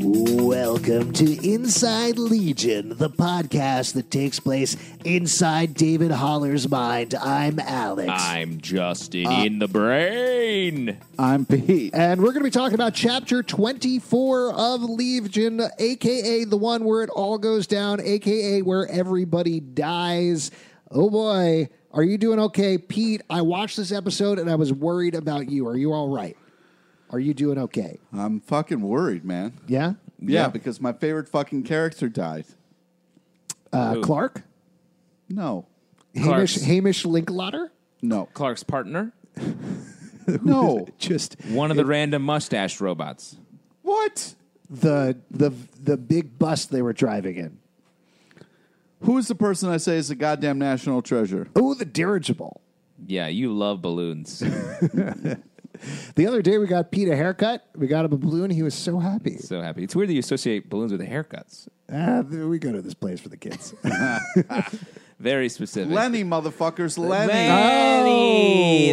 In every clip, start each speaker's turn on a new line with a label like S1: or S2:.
S1: Welcome to Inside Legion, the podcast that takes place inside David Holler's mind. I'm Alex.
S2: I'm Justin
S1: Uh,
S2: in the brain.
S3: I'm Pete.
S4: And we're going to be talking about chapter 24 of Legion, aka the one where it all goes down, aka where everybody dies. Oh boy, are you doing okay, Pete? I watched this episode and I was worried about you. Are you all right? Are you doing okay?
S3: I'm fucking worried, man.
S4: Yeah?
S3: Yeah, because my favorite fucking character died.
S4: Uh,
S2: Who?
S4: Clark?
S3: No.
S4: Hamish,
S2: Clark's-
S4: Hamish Linklater?
S3: No.
S2: Clark's partner,
S3: No.
S1: Just
S2: one of the random mustache robots.
S3: what?
S4: The, the, the big bus they were driving in.
S3: Who is the person I say is a goddamn national treasure?
S4: Oh, the dirigible.
S2: Yeah, you love balloons.
S4: The other day we got Pete a haircut. We got him a balloon. He was so happy.
S2: so happy. It's weird that you associate balloons with haircuts.
S4: Ah, we go to this place for the kids.
S2: Very specific.
S3: Lenny, motherfuckers, Lenny.
S4: Oh,
S2: Lenny.
S3: Aubrey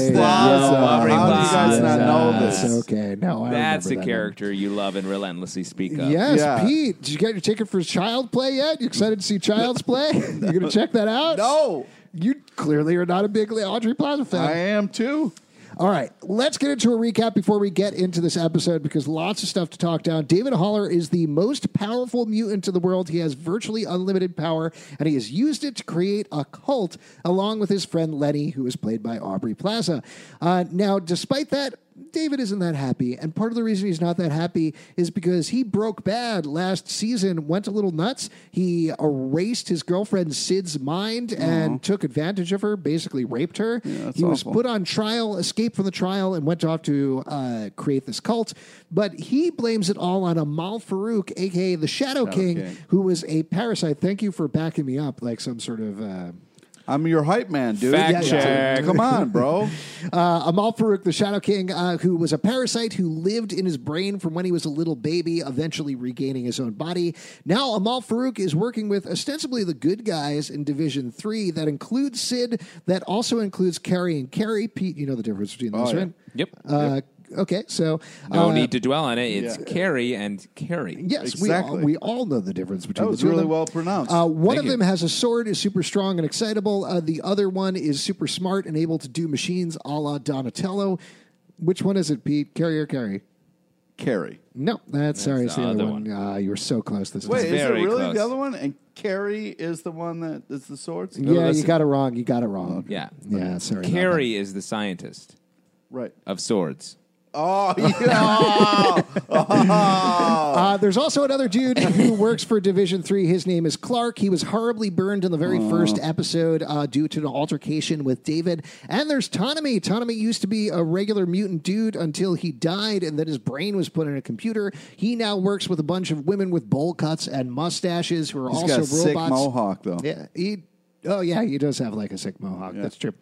S2: That's, the-
S3: Plaza.
S2: Aubrey
S3: How do you guys not
S2: Plaza.
S3: know
S4: That's
S3: this?
S4: okay. No, I
S2: That's a
S4: remember that
S2: character you love and relentlessly speak
S4: name.
S2: of.
S4: Yes,
S3: Yeah.
S4: Pete. Did you get your ticket for Child Play yet? You excited to see Child's Play? You're gonna check that out?
S3: No.
S4: You clearly are not a big Audrey Plaza fan.
S3: I am too.
S4: All right, let's get into a recap before we get into this episode because lots of stuff to talk down. David Holler is the most powerful mutant in the world. He has virtually unlimited power, and he has used it to create a cult along with his friend Lenny, who is played by Aubrey Plaza. Uh, now, despite that, David isn't that happy, and part of the reason he's not that happy is because he broke bad last season, went a little nuts. He erased his girlfriend Sid's mind and took advantage of her, basically raped her.
S3: that's
S4: he was
S3: awful.
S4: put put on trial, escaped from the trial, and went off to uh, create this cult. But he blames it all on Amal Farouk, aka the Shadow, King,
S3: King.
S4: who was a parasite. Thank you for backing me up, like some sort of. Uh,
S3: I'm your hype man, dude.
S2: Fact
S4: Yeah, yeah.
S2: check.
S3: Come on, bro.
S4: uh, Amal Farouk, the Shadow King, uh, who was a parasite who lived in his brain from when he was a little baby, eventually regaining his own body. Now, Amal Farouk is working with ostensibly the good guys in Division 3. That includes Sid, that also includes Carrie and Carrie. Pete, you know the difference between those,
S3: Oh, yeah.
S4: right?
S2: Yep.
S4: Uh, Okay, so.
S2: No
S4: uh,
S2: need to dwell on it. It's
S3: yeah.
S2: Carrie and Carrie.
S4: Yes,
S3: Exactly.
S4: we, all, we all know the difference between
S3: That was
S4: the two of
S3: really
S4: them.
S3: well pronounced.
S4: Uh, one
S2: Thank
S4: of
S2: you.
S4: them has a sword, is super strong and excitable. Uh, the other one is super smart and able to do machines a la Donatello. Which one is it, Pete? Carry or carry?
S3: Carrie.
S4: No, that's, sorry, it's the,
S2: the
S4: other
S2: other
S4: one. Uh, you were so close this
S3: Wait,
S4: time.
S3: is it
S2: very
S3: really
S2: close.
S3: the other one? And Carrie is the one that is the swords?
S4: yeah, you
S2: listen.
S4: got it wrong. You got it wrong.
S2: Yeah.
S4: Yeah, sorry. about
S2: Carrie is the scientist
S3: Right.
S2: of swords.
S3: Oh, yeah.
S4: Uh, there's also another dude who works for Division Three. His name is Clark. He was horribly burned in the very first episode uh, due to an altercation with David. And there's Tonami. Tonami used to be a regular mutant dude until he died, and then his brain was put in a computer. He now works with a bunch of women with bowl cuts and mustaches who are
S3: He's
S4: also
S3: got a sick
S4: robots.
S3: mohawk, though.
S4: Yeah, he. Oh yeah, he does have like a sick mohawk. That's true.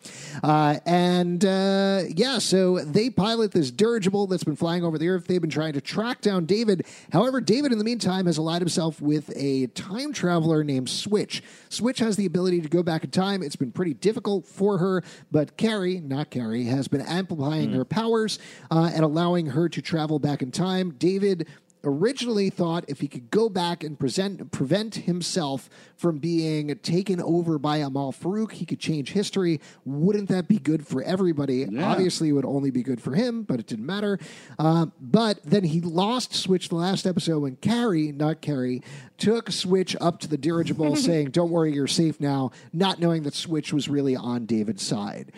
S4: Uh, and uh, yeah, so they pilot this dirigible that's been flying over the earth. They've been trying to track down David. However, David, in the meantime, has allied himself with a time traveler named Switch. Switch has the ability to go back in time. It's been pretty difficult for her, but Carrie, not Carrie, has been amplifying her powers uh, and allowing her to travel back in time. David originally thought if he could go back and present, prevent himself from being taken over by Amal Farouk, he could change history. Wouldn't that be good for everybody? Obviously, it would only be good for him, but it didn't matter. Uh, but then he lost Switch the last episode when Carrie, not Carrie, took Switch up to the dirigible saying, Don't worry, you're safe now, not knowing that Switch was really on David's side.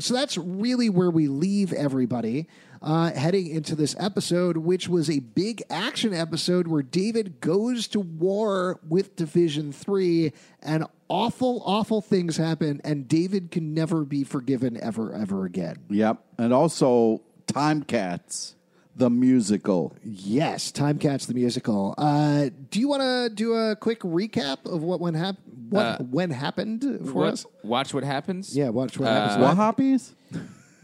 S4: So that's really where we leave everybody uh, heading into this episode, which was a big action episode where David goes to war with Division 3 and awful, awful things happen, and David can never be forgiven ever, ever again.
S3: Yep. And also Time Cats, the musical.
S4: Yes, Time Cats the musical. Uh, do you want to do a quick recap of what went hap- what when happened for
S2: Uh, What- uh,
S4: us?
S2: Watch what happens.
S4: Yeah, watch what happens.
S3: what hoppies?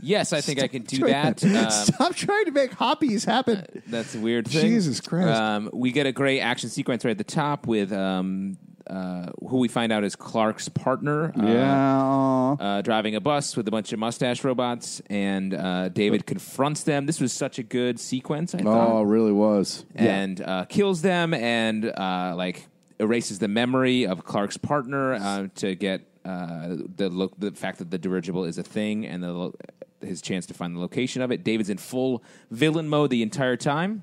S2: Yes, I think I can do that. Um,
S4: Stop trying to make hoppies happen.
S2: That's a weird thing.
S4: Jesus Christ.
S2: Um, we get a great action sequence right at the top with um, uh, who we find out is Clark's partner. uh,
S3: yeah. Oh,
S2: uh, driving a bus with a bunch of mustache robots, and uh, David confronts them. This was such a good sequence, I
S3: oh,
S2: thought,
S3: it really was.
S2: and uh, kills them and uh, like erases the memory of Clark's partner uh, to get uh, the lo- the fact that the dirigible is a thing and the lo- his chance to find the location of it. David's in full villain mode the entire time.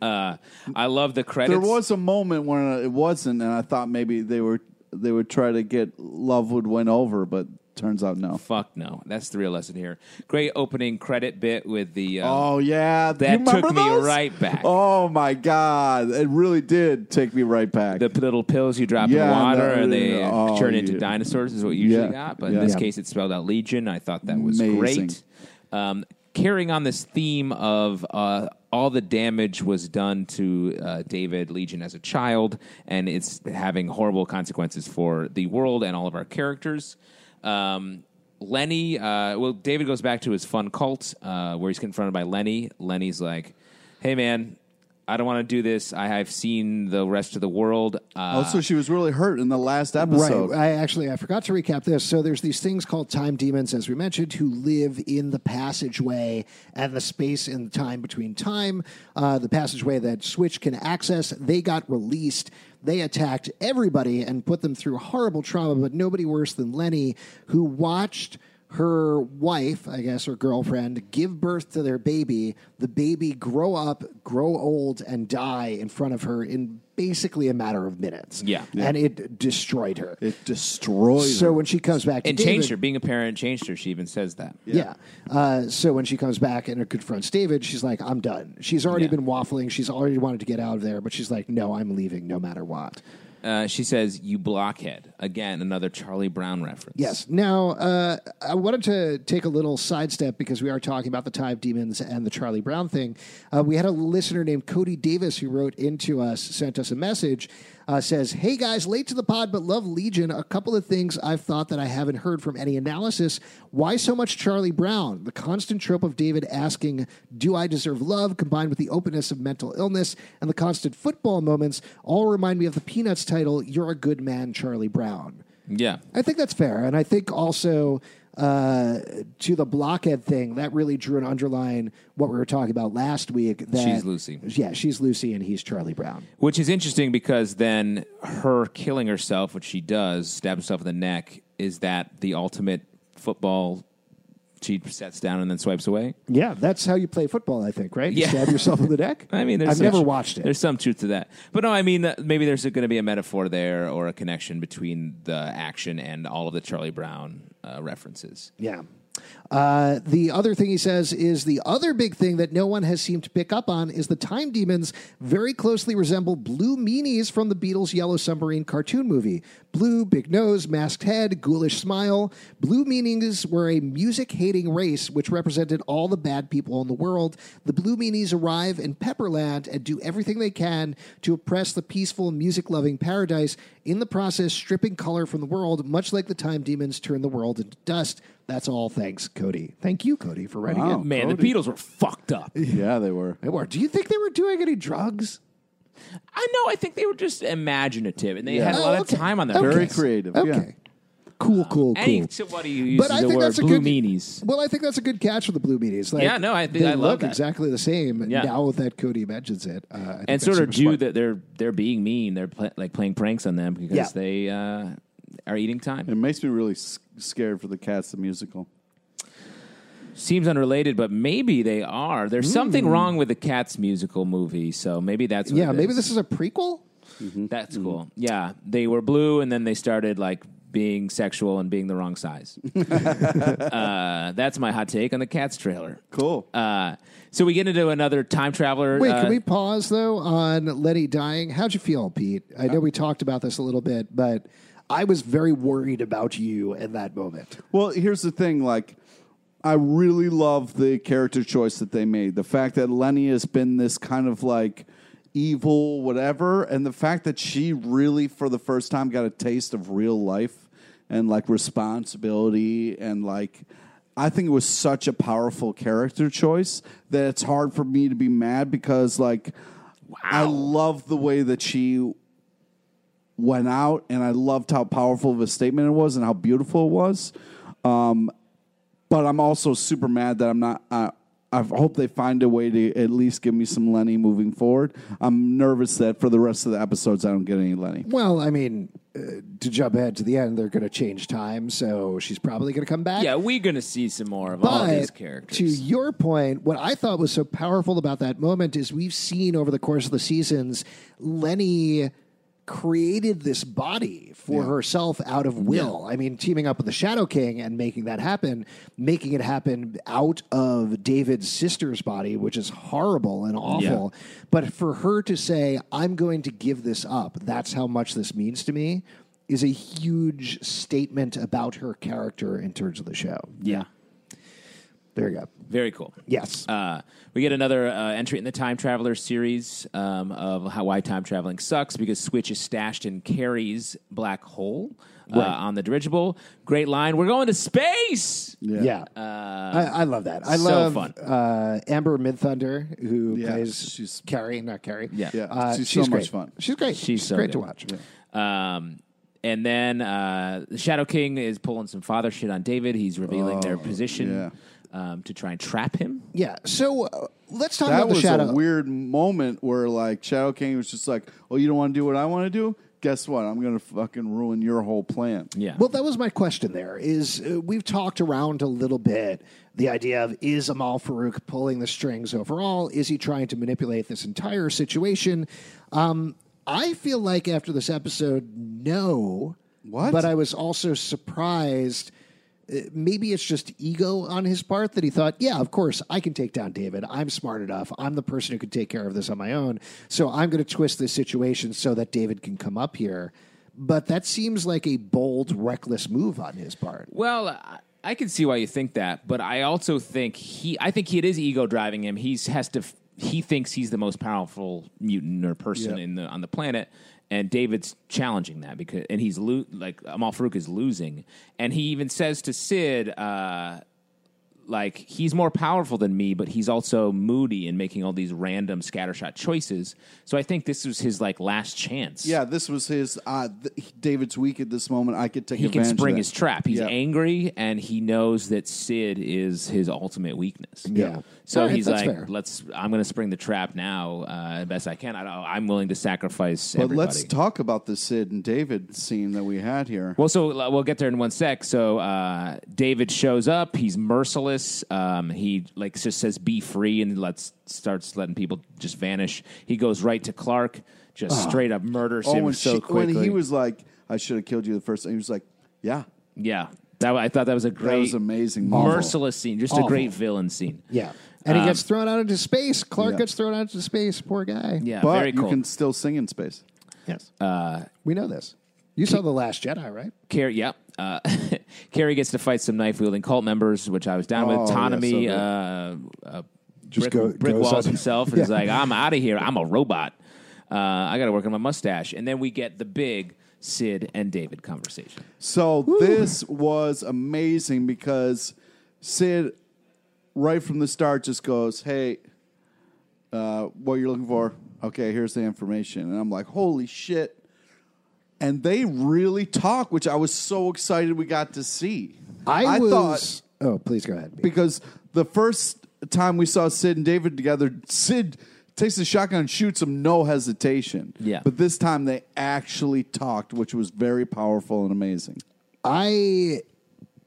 S2: Uh, I love the credits.
S3: There was a moment when uh, it wasn't, and I thought maybe they were they would try to get Lovewood win over, but turns out no.
S2: Fuck no! That's the real lesson here. Great opening credit bit with the uh,
S3: Oh yeah,
S2: That
S3: You remember
S2: took me
S3: those?
S2: right back.
S3: Oh my god, it really did take me right back.
S2: the p- little pills you drop in
S3: Yeah,
S2: water
S3: no,
S2: and they
S3: no, no. Oh,
S2: turn into
S3: yeah.
S2: dinosaurs is what you usually
S3: Yeah,
S2: got. But in
S3: yeah.
S2: this
S3: Yeah.
S2: case, it spelled out Legion. I thought that was
S3: Amazing.
S2: great. Um, carrying on this theme of uh, all the damage was done to uh, David Legion as a child, and it's having horrible consequences for the world and all of our characters. Um, Lenny, uh, well, David goes back to his fun cult uh, where he's confronted by Lenny. Lenny's like, hey, man. I don't want to do this. I have seen the rest of the world. Uh,
S3: also, she was really hurt in the last
S4: Right.
S3: episode.
S4: I actually I forgot to recap this. So there's these things called time demons, as we mentioned, who live in the passageway and the space and time between time. Uh, the passageway that Switch can access. They got released. They attacked everybody and put them through horrible trauma, but nobody worse than Lenny, who watched her wife, I guess, or girlfriend, give birth to their baby. The baby grow up, grow old, and die in front of her in basically a matter of minutes.
S2: Yeah.
S4: And it destroyed her.
S3: It destroyed.
S4: So
S3: her.
S4: when she comes back, to
S2: and changed her.
S4: David-
S2: Being a parent changed her. She even says that.
S4: Yeah. Uh, so when she comes back and confronts David, she's like, "I'm done." She's already
S2: Yeah.
S4: been waffling. She's already wanted to get out of there, but she's like, "No, I'm leaving, no matter what."
S2: Uh, she says, "You blockhead." Again, another Charlie Brown reference.
S4: Yes. Now, uh, I wanted to take a little sidestep because we are talking about the Time Demons and the Charlie Brown thing. Uh, we had a listener named Cody Davis who wrote into us, sent us a message, uh, says, Hey guys, late to the pod, but love Legion. A couple of things I've thought that I haven't heard from any analysis. Why so much Charlie Brown? The constant trope of David asking, Do I deserve love? combined with the openness of mental illness and the constant football moments all remind me of the Peanuts title, You're a Good Man, Charlie Brown.
S2: Yeah.
S4: I think that's fair, and I think also uh, to the blockhead thing that really drew an underline what we were talking about last week. That
S2: She's Lucy.
S4: yeah, she's Lucy, and he's Charlie Brown.
S2: Which is interesting because then her killing herself, which she does, stab herself in the neck, is that the ultimate football? She sets down and then swipes away.
S4: Yeah, that's how you play football, I think, right? You
S2: Yeah.
S4: stab yourself in the neck.
S2: I mean, there's
S4: I've
S2: some
S4: never
S2: tr-
S4: watched it.
S2: There's some truth to that, but no, I mean that maybe there's going to be a metaphor there or a connection between the action and all of the Charlie Brown uh, references.
S4: Yeah. Uh, the other thing he says is the other big thing that no one has seemed to pick up on is the time demons very closely resemble blue meanies from the Beatles' Yellow Submarine cartoon movie. Blue, big nose, masked head, ghoulish smile. Blue meanies were a music hating race which represented all the bad people in the world. The blue meanies arrive in Pepperland and do everything they can to oppress the peaceful, music loving paradise, in the process, stripping color from the world, much like the time demons turn the world into dust. That's all. Thanks, Cody. Thank you, Cody, for writing
S3: Wow.
S4: it.
S2: Man, the Beatles were fucked up.
S3: yeah, they were.
S4: They were. Do you think they were doing any drugs?
S2: I know. I think they were just imaginative, and they
S3: Yeah.
S2: had a lot
S4: Oh, okay.
S2: of time on their
S4: Okay.
S3: Very
S2: hands.
S3: creative.
S4: Okay.
S3: Yeah.
S4: Cool, cool, cool.
S2: Any somebody who uses
S4: but I
S2: the
S4: think
S2: word
S4: that's a
S2: blue
S4: good
S2: meanies.
S4: Well, I think that's a good catch for the blue meanies. Like,
S2: Yeah, no, I-
S4: they
S2: I love
S4: look
S2: that.
S4: exactly the same
S2: Yeah.
S4: now that Cody mentions it, uh, I think
S2: and
S4: that's
S2: sort of
S4: super
S2: due
S4: smart.
S2: that they're they're being mean. They're pla like playing pranks on them because
S4: Yeah.
S2: they uh, are eating time.
S3: It makes me really s- scared for the Cats the musical.
S2: Seems unrelated, but maybe they are. There's
S4: Hmm.
S2: something wrong with the Cats musical movie, so maybe that's what
S4: Yeah,
S2: it
S4: maybe Hmm.
S2: is.
S4: this is a prequel.
S2: that's cool. Yeah, they were blue, and then they started like being sexual and being the wrong size. uh, that's my hot take on the Cats trailer.
S3: Cool.
S2: Uh, so we get into another time traveler.
S4: Wait,
S2: uh,
S4: can we pause though on Letty dying? How'd you feel, Pete? I
S2: Uh,
S4: know we talked about this a little bit, but I was very worried about you in that moment.
S3: Well, here's the thing. Like, I really love the character choice that they made. The fact that Lenny has been this kind of like evil whatever, and the fact that she really, for the first time, got a taste of real life and like responsibility and like. I think it was such a powerful character choice that it's hard for me to be mad because, like, I love the way that she went out, and I loved how powerful of a statement it was and how beautiful it was. Um, but I'm also super mad that I'm not. I, I hope they find a way to at least give me some Lenny moving forward. I'm nervous that for the rest of the episodes, I don't get any Lenny.
S4: Well, I mean, uh, to jump ahead to the end, they're going to change time, so she's probably going to come back.
S2: yeah, we're going to see some more of all
S4: But
S2: these
S4: to
S2: characters.
S4: your point, what I thought was so powerful about that moment is we've seen over the course of the seasons, Lenny created this body for herself out of will. I mean, teaming up with the Shadow King and making that happen, making it happen out of David's sister's body, which is horrible and awful. But for her to say, I'm going to give this up, that's how much this means to me. Is a huge statement about her character in terms of the show.
S2: yeah,
S4: There you go.
S2: very cool.
S4: Yes.
S2: Uh, we get another uh, entry in the time traveler series um, of how why time traveling sucks because Switch is stashed in Carrie's black hole uh, on the dirigible. Great line. We're going to space.
S4: yeah. I, I love that. I
S2: uh, so
S4: love
S2: fun.
S4: Uh, Amber Midthunder, who
S3: Yeah,
S4: plays
S3: she's-
S4: Carrie, not Carrie.
S2: Yeah.
S3: Yeah,
S4: Uh,
S3: she's
S4: she's,
S3: so much
S4: great.
S3: fun.
S4: She's great.
S2: She's
S4: She's,
S2: so
S4: great
S2: good.
S4: to watch.
S2: Um, and then uh, the Shadow King is pulling some father shit on David. He's revealing their
S3: yeah.
S2: position um, to try and trap him.
S4: Yeah. So uh, let's talk
S3: That
S4: about the
S3: was
S4: shadow.
S3: a weird moment where like Shadow King was just like, "Oh, you don't want to do what I want to do? Guess what? I'm gonna fucking ruin your whole plan."
S2: Yeah.
S4: Well, that was my question. There is uh, we've talked around a little bit the idea of is Amal Farouk pulling the strings overall? Is he trying to manipulate this entire situation? Um, I feel like after this episode, no.
S3: What?
S4: But I was also surprised. Uh, Maybe it's just ego on his part that he thought, yeah, of course, I can take down David. I'm smart enough. I'm the person who can take care of this on my own. So I'm going to twist this situation so that David can come up here. But that seems like a bold, reckless move on his part.
S2: Well, I, I can see why you think that, but I also think he. I think it is ego driving him. He's has to. f- He thinks he's the most powerful mutant or person
S3: Yeah.
S2: in the on the planet, and David's challenging that because and he's lo- like Amal Farouk is losing, and he even says to Sid. Uh, like he's more powerful than me, but he's also moody and making all these random scattershot choices. So I think this was his like last chance.
S3: Yeah, this was his uh, th- David's weak at this moment. I could take
S2: he can
S3: advantage. of
S2: spring
S3: that.
S2: his trap. He's
S3: Yeah.
S2: angry and he knows that Sid is his ultimate weakness.
S4: Yeah.
S2: So
S4: All right,
S2: he's
S4: that's
S2: like,
S4: fair.
S2: "Let's. I'm going to spring the trap now, uh, best I can. I don't, I'm willing to sacrifice
S3: But
S2: everybody."
S3: let's talk about the Sid and David scene that we had here.
S2: well, so uh, we'll get there in one sec. So uh, David shows up. He's merciless. Um, he like just says, "Be free," and lets starts letting people just vanish. He goes right to Clark, just straight up murders
S3: oh,
S2: him
S3: when,
S2: so
S3: she,
S2: quickly.
S3: Ah. when he was like, "I should have killed you the first time," he was like, "Yeah,
S2: yeah, that I thought that was a great,
S3: that was amazing."
S2: merciless scene, just a
S4: Awful.
S2: great villain scene.
S4: Yeah. And he gets thrown out into space. Clark
S3: yeah.
S4: gets thrown out into space. Poor guy.
S2: Yeah,
S3: but
S2: very cool. Uh,
S3: you can still sing in space.
S4: Yes. we know this. You saw The Last Jedi, right?
S2: Carrie, yeah. Uh, Carrie gets to fight some knife wielding cult members, which I was down with.
S3: Oh, yeah, so
S2: Autonomy,
S3: good.
S2: uh, uh, brick,
S4: go-
S2: brick
S4: goes
S2: walls
S4: on.
S2: himself and is like, I'm out of here. I'm a robot. Uh, I got to work on my mustache. And then we get the big Sid and David conversation.
S3: So this was amazing because Sid, right from the start, just goes, "Hey, uh, what you're looking for? Okay, here's the information." And I'm like, "Holy shit!" And they really talk, which I was so excited we got to see.
S4: I, was.
S3: thought
S4: oh, please go ahead.
S3: because the first time we saw Sid and David together, Sid takes the shotgun and shoots him no hesitation.
S2: Yeah.
S3: But this time they actually talked, which was very powerful and amazing.
S4: I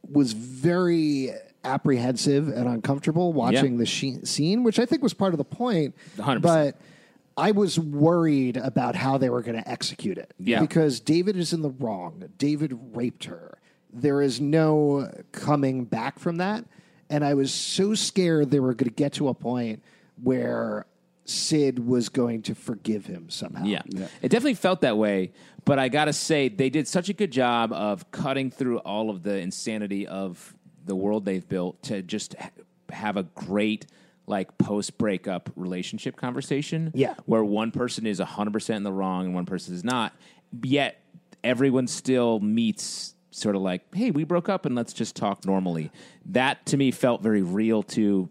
S4: was very apprehensive and uncomfortable watching
S2: Yeah.
S4: the she- scene, which I think was part of the point.
S2: 100%.
S4: But I was worried about how they were going to execute it.
S2: Yeah.
S4: Because David is in the wrong. David raped her. There is no coming back from that. And I was so scared they were going to get to a point where Sid was going to forgive him somehow.
S2: Yeah. It definitely felt that way, but I got to say they did such a good job of cutting through all of the insanity of the world they've built to just ha- have a great like post breakup relationship conversation
S4: Yeah.
S2: where one person is 100% in the wrong and one person is not, yet everyone still meets sort of like, hey, we broke up and let's just talk normally. That to me felt very real to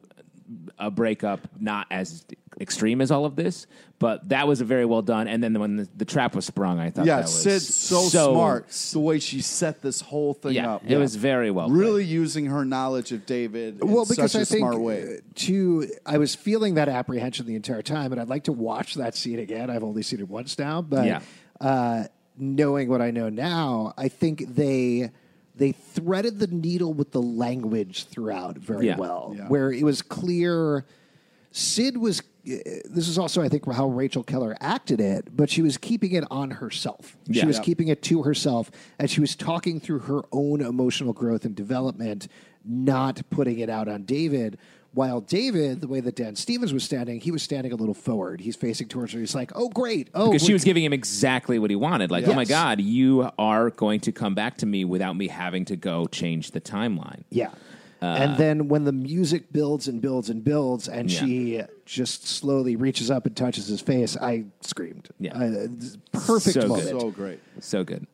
S2: a breakup, not as extreme as all of this, but that was a very well done. And then when the, the trap was sprung, I thought
S3: Yeah,
S2: that was
S3: Sid's so, smart. The way she set this whole thing
S2: Yeah,
S3: up.
S2: it was very well played.
S3: Really using her knowledge of David in
S4: well, because
S3: such a
S4: I think
S3: smart way.
S4: uh, to I was feeling that apprehension the entire time, and I'd like to watch that scene again. I've only seen it once now, but
S2: Yeah.
S4: uh, knowing what I know now, I think they they threaded the needle with the language throughout very
S2: Yeah.
S4: well,
S3: Yeah.
S4: where it was clear. Sid was. uh, This is also, I think, how Rachel Keller acted it, but she was keeping it on herself.
S2: Yeah.
S4: She was
S2: Yeah.
S4: keeping it to herself, and she was talking through her own emotional growth and development, not putting it out on David. While David, the way that Dan Stevens was standing, he was standing a little forward. He's facing towards her. He's like, "Oh, great! Oh,
S2: because she
S4: we're-
S2: was giving him exactly what he wanted. Like, oh my
S4: Yes.
S2: God, you are going to come back to me without me having to go change the timeline.
S4: Yeah.
S2: Uh,
S4: and then when the music builds and builds and builds, and
S2: Yeah.
S4: she just slowly reaches up and touches his face, I screamed.
S2: Yeah.
S4: Uh, it's a perfect
S2: So good.
S4: moment.
S3: So great.
S2: So good.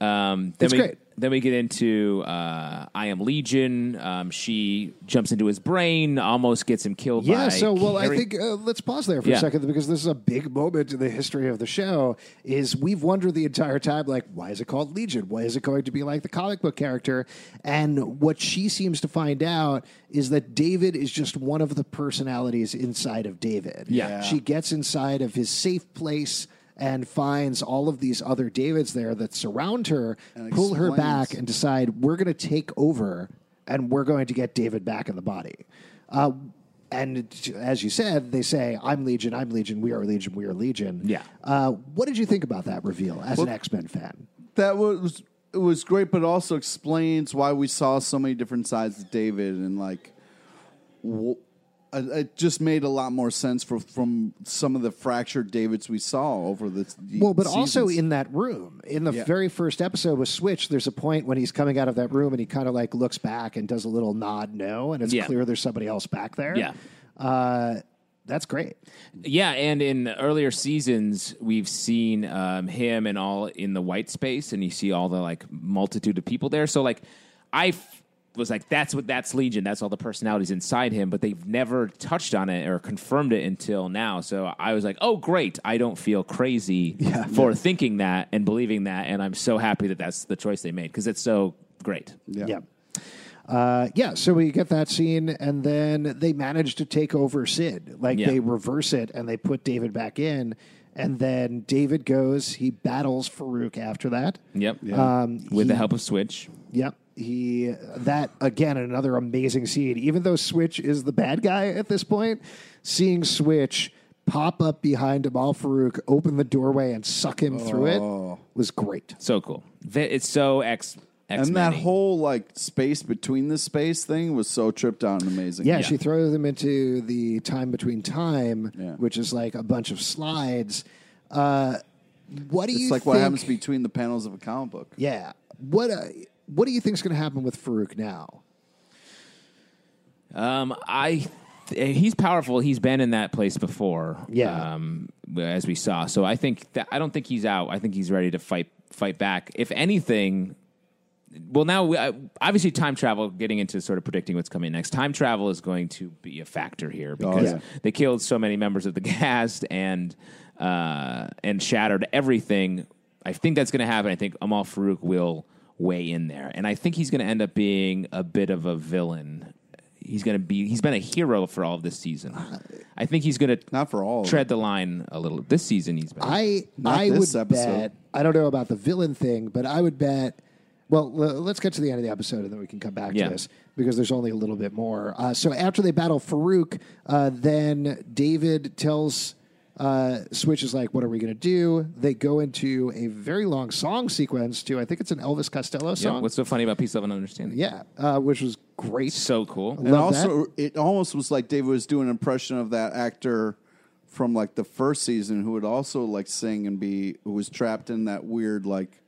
S2: Um, then
S4: It's
S2: we,
S4: great.
S2: Then we get into uh, I Am Legion. Um, she jumps into his brain, almost gets him killed.
S4: Yeah,
S2: by
S4: so well,
S2: Carrie-
S4: I think uh, let's pause there for
S2: Yeah.
S4: a second because this is a big moment in the history of the show. Is we've wondered the entire time, like, why is it called Legion? Why is it going to be like the comic book character? And what she seems to find out is that David is just one of the personalities inside of David.
S2: Yeah.
S4: she gets inside of his safe place. And finds all of these other Davids there that surround her, pull her
S3: explains.
S4: back, and decide we're going to take over and we're going to get David back in the body. Uh, and it- as you said, they say, I'm Legion, I'm Legion, we are Legion, we are Legion.
S2: Yeah.
S4: Uh, what did you think about that reveal as an X Men fan?
S3: That was it was great, but also explains why we saw so many different sides of David and like w- I- it just made a lot more sense for, from some of the fractured Davids we saw over the
S4: Well, but also in that room, in the
S3: Yeah.
S4: very first episode with Switch, there's a point when he's coming out of that room and he kind of like looks back and does a little nod no, and it's
S2: Yeah.
S4: clear there's somebody else back there.
S2: Yeah.
S4: Uh, that's great.
S2: Yeah, and in earlier seasons, we've seen um, him and all in the white space, and you see all the like multitude of people there. So like, I f- was like, that's what that's Legion. That's all the personalities inside him, but they've never touched on it or confirmed it until now. So I was like, oh great, I don't feel crazy for thinking that and believing that, and I'm so happy that that's the choice they made because it's so great.
S3: yeah.
S4: Yeah. Uh, yeah, so we get that scene, and then they manage to take over Sid. Like
S2: Yeah.
S4: they reverse it and they put David back in, and then David goes. He battles Farouk after that.
S2: Yep.
S4: Um,
S2: With the help of Switch.
S4: Yep. He that again another amazing scene. Even though Switch is the bad guy at this point, seeing Switch pop up behind Amal Farouk, open the doorway, and suck him through it was great.
S2: So cool. Ve- It's so X. X
S3: And that whole like space between the space thing was so tripped out and amazing.
S4: Yeah,
S2: Yeah.
S4: she throws them into the time between time,
S3: Yeah.
S4: which is like a bunch of slides. Uh, what do you
S3: It's like
S4: think,
S3: what happens between the panels of a comic book.
S4: Yeah. What uh, what do you think's going to happen with Farouk now?
S2: Um, I th- he's powerful. He's been in that place before.
S4: Yeah.
S2: Um, as we saw, so I think that I don't think he's out. I think he's ready to fight fight back. If anything, well, now we, I, obviously time travel. Getting into sort of predicting what's coming next, time travel is going to be a factor here because
S3: Oh, yeah.
S2: they killed so many members of the cast and uh, and shattered everything. I think that's going to happen. I think Amal Farouk will weigh in there, and I think he's going to end up being a bit of a villain. He's going to be. He's been a hero for all of this season. I think he's going to
S3: Not for all. of
S2: tread the line a little. This season, he's been.
S4: I
S3: Not
S4: I
S3: this
S4: would
S3: episode.
S4: bet. I don't know about the villain thing, but I would bet. Well, l- let's get to the end of the episode and then we can come back
S2: Yeah.
S4: to this because there's only a little bit more. Uh, so after they battle Farouk, uh, then David tells Uh, Switch is like, what are we going to do? They go into a very long song sequence to, I think it's an Elvis Costello
S2: Yeah,
S4: song.
S2: what's so funny about Peace, Love, and Understanding?
S4: Yeah, uh, which was great.
S2: So cool.
S3: And
S4: Love
S3: also, it almost was like David was doing an impression of that actor from like the first season who would also like sing and be who was trapped in that weird like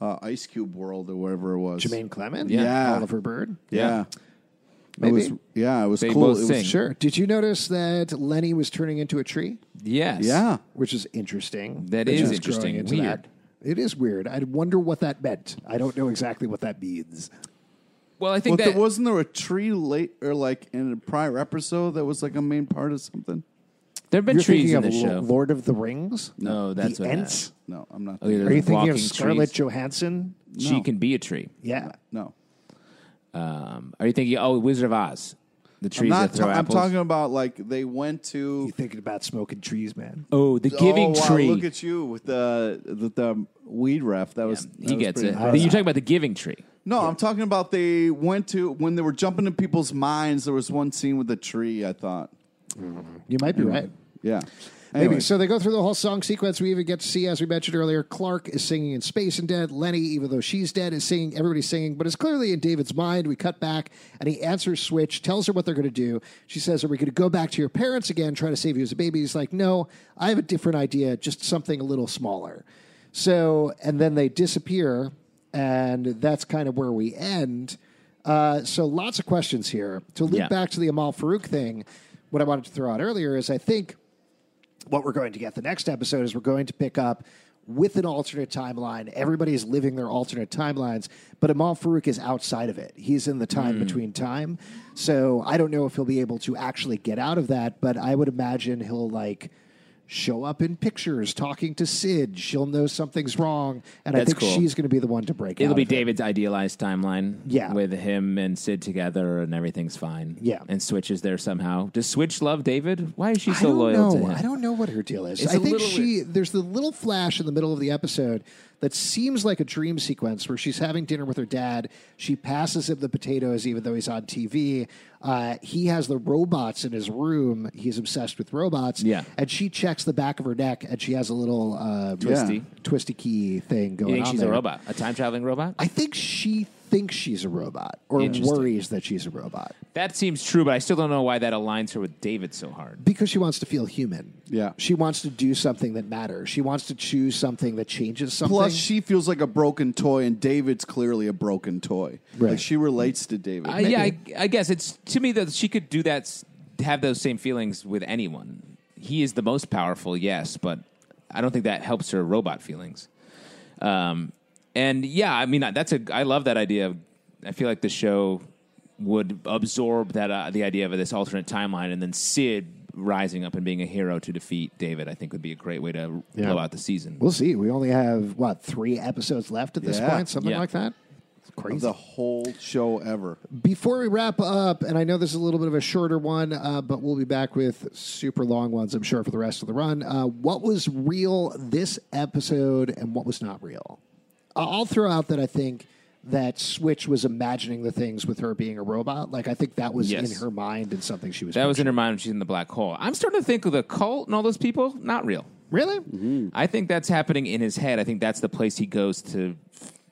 S3: uh, Ice Cube world or whatever it was.
S4: Jermaine Clement,
S3: Yeah.
S4: Oliver Bird.
S3: Yeah.
S4: Maybe.
S3: It was, yeah, it was
S2: They
S3: cool.
S2: both
S3: It was-
S2: sing.
S4: Sure. Did you notice that Lenny was turning into a tree,
S2: Yes.
S3: Yeah.
S4: which is interesting?
S2: That
S4: That
S2: is
S4: she was
S2: interesting.
S4: growing into
S2: Weird.
S4: that. It is weird. I wonder what that meant. I don't know exactly what that means.
S2: Well, I
S3: But
S2: think
S3: there
S2: that
S3: wasn't there a tree late or like in a prior episode that was like a main part of something?
S2: there have been
S4: You're
S2: trees
S4: thinking
S2: in
S4: of
S2: the
S4: Lo-
S2: show.
S4: Lord of the Rings?
S2: No, that's
S4: the
S2: what
S4: Ents.
S3: No, I'm not.
S2: yeah,
S3: Thinking.
S4: Are you thinking
S2: Walking
S4: of
S2: trees.
S4: Scarlett Johansson?
S2: She
S3: No.
S2: can be a tree.
S4: Yeah.
S3: No,
S2: Um, are you thinking? Oh, Wizard of Oz. The
S3: I'm,
S2: trees
S3: not
S2: that throw
S3: ta- I'm
S2: apples.
S3: talking about like they went to
S4: You thinking about smoking trees, man?
S2: oh, the giving
S3: oh, wow,
S2: tree.
S3: Look at you with the the, the weed ref. That was that
S2: he
S3: was
S2: gets
S3: pretty
S2: it.
S3: impressive.
S2: You're talking about the giving tree.
S3: No, I'm talking about they went to when they were jumping in people's minds. There was one scene with the tree. I thought,
S4: You might be right.
S3: yeah,
S4: Maybe.
S3: Anyway,
S4: So they go through the whole song sequence. We even get to see, as we mentioned earlier, Clark is singing in space and dead. Lenny, even though she's dead, is singing. Everybody's singing, but it's clearly in David's mind. We cut back and he answers Switch, tells her what they're going to do. She says, Are we going to go back to your parents again, try to save you as a baby? He's like, No, I have a different idea, just something a little smaller. So, and then they disappear, and that's kind of where we end. Uh, so, lots of questions here. To loop
S2: Yeah.
S4: back to the Amal Farouk thing, what I wanted to throw out earlier is I think what we're going to get the next episode is we're going to pick up with an alternate timeline. Everybody's living their alternate timelines, but Amal Farouk is outside of it. He's in the time
S2: Hmm.
S4: between time. So I don't know if he'll be able to actually get out of that, but I would imagine he'll like show up in pictures talking to Sid. She'll know something's wrong. And I
S2: That's
S4: think
S2: cool.
S4: she's going to be the one to break out
S2: It'll be
S4: of it.
S2: David's idealized timeline.
S4: Yeah.
S2: With him and Sid together and everything's fine.
S4: Yeah.
S2: And Switch is there somehow. Does Switch love David? Why is she
S4: I
S2: so
S4: don't
S2: loyal
S4: know.
S2: to him?
S4: I don't know what her deal is.
S2: It's
S4: I
S2: a
S4: think
S2: little
S4: she there's the little flash in the middle of the episode that seems like a dream sequence where she's having dinner with her dad. She passes him the potatoes, even though he's on TV. Uh, he has the robots in his room. He's obsessed with robots.
S2: Yeah.
S4: and she checks the back of her neck, and she has a little uh,
S3: Twisty.
S4: twisty key thing going
S2: you think
S4: on.
S2: she's
S4: there.
S2: a robot? A time traveling robot?
S4: I think she thinks she's a robot, or
S2: Interesting.
S4: worries that she's a robot
S2: that seems true, but I still don't know why that aligns her with David so hard.
S4: because she wants to feel human.
S3: Yeah.
S4: She wants to do something that matters. She wants to choose something that changes something.
S3: plus she feels like a broken toy, and David's clearly a broken toy.
S4: Right.
S3: Like she relates to David.
S2: I, Uh, yeah, I, I guess it's to me that she could do that, s- have those same feelings with anyone. He is the most powerful, yes, but I don't think that helps her robot feelings. Um, and yeah, I mean that's a I love that idea. of- I feel like the show would absorb that uh, the idea of this alternate timeline, and then Sid rising up and being a hero to defeat David. I think would be a great way to
S4: Yeah.
S2: blow out the season.
S4: we'll see. We only have what three episodes left at this
S3: Yeah.
S4: point, something
S2: Yeah.
S4: like that. It's crazy.
S3: the whole show ever.
S4: Before we wrap up, and I know this is a little bit of a shorter one, uh, but we'll be back with super long ones, I'm sure, for the rest of the run. Uh, what was real this episode, and what was not real? I- I'll throw out that I think that Switch was imagining the things with her being a robot. Like I think that was
S2: Yes.
S4: in her mind and something she was.
S2: that was in
S4: picturing.
S2: her mind when she's in the black hole. I'm starting to think of the cult and all those people not real.
S4: really.
S2: Mm-hmm. I think that's happening in his head. I think that's the place he goes to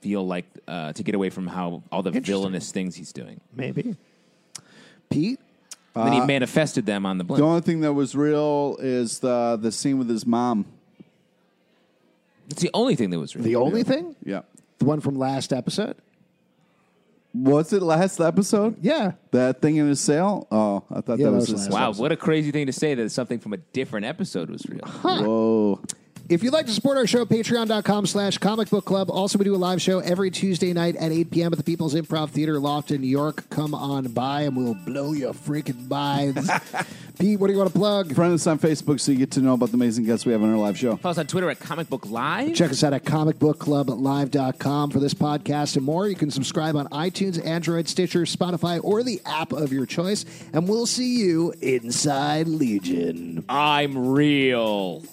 S2: feel like uh, to get away from how all the
S4: Interesting.
S2: villainous things he's doing.
S4: Maybe. Pete?
S2: And
S4: Uh,
S2: then he manifested them on the blimp.
S3: The only thing that was real is the the scene with his mom.
S2: It's the only thing that was real.
S4: The only thing?
S3: Yeah,
S4: The one from last episode?
S3: was it last episode?
S4: Yeah.
S3: That thing in his sail. Oh, I thought
S4: Yeah, that
S3: that was,
S4: was
S3: his
S4: last
S2: wow, what a crazy thing to say that something from a different episode was real.
S3: Whoa.
S4: If you'd like to support our show, patreon.com slash comic book club. Also, we do a live show every Tuesday night at 8 p.m. at the People's Improv Theater Loft in New York. Come on by and we'll blow your freaking minds. Pete, what do you want to plug?
S3: Friend us on Facebook so you get to know about the amazing guests we have on our live show.
S2: Follow us on Twitter at Comic Book Live.
S4: Check us out at comicbookclublive.com for this podcast and more. You can subscribe on iTunes, Android, Stitcher, Spotify, or the app of your choice. And we'll see you
S1: Inside Legion.
S2: I'm real.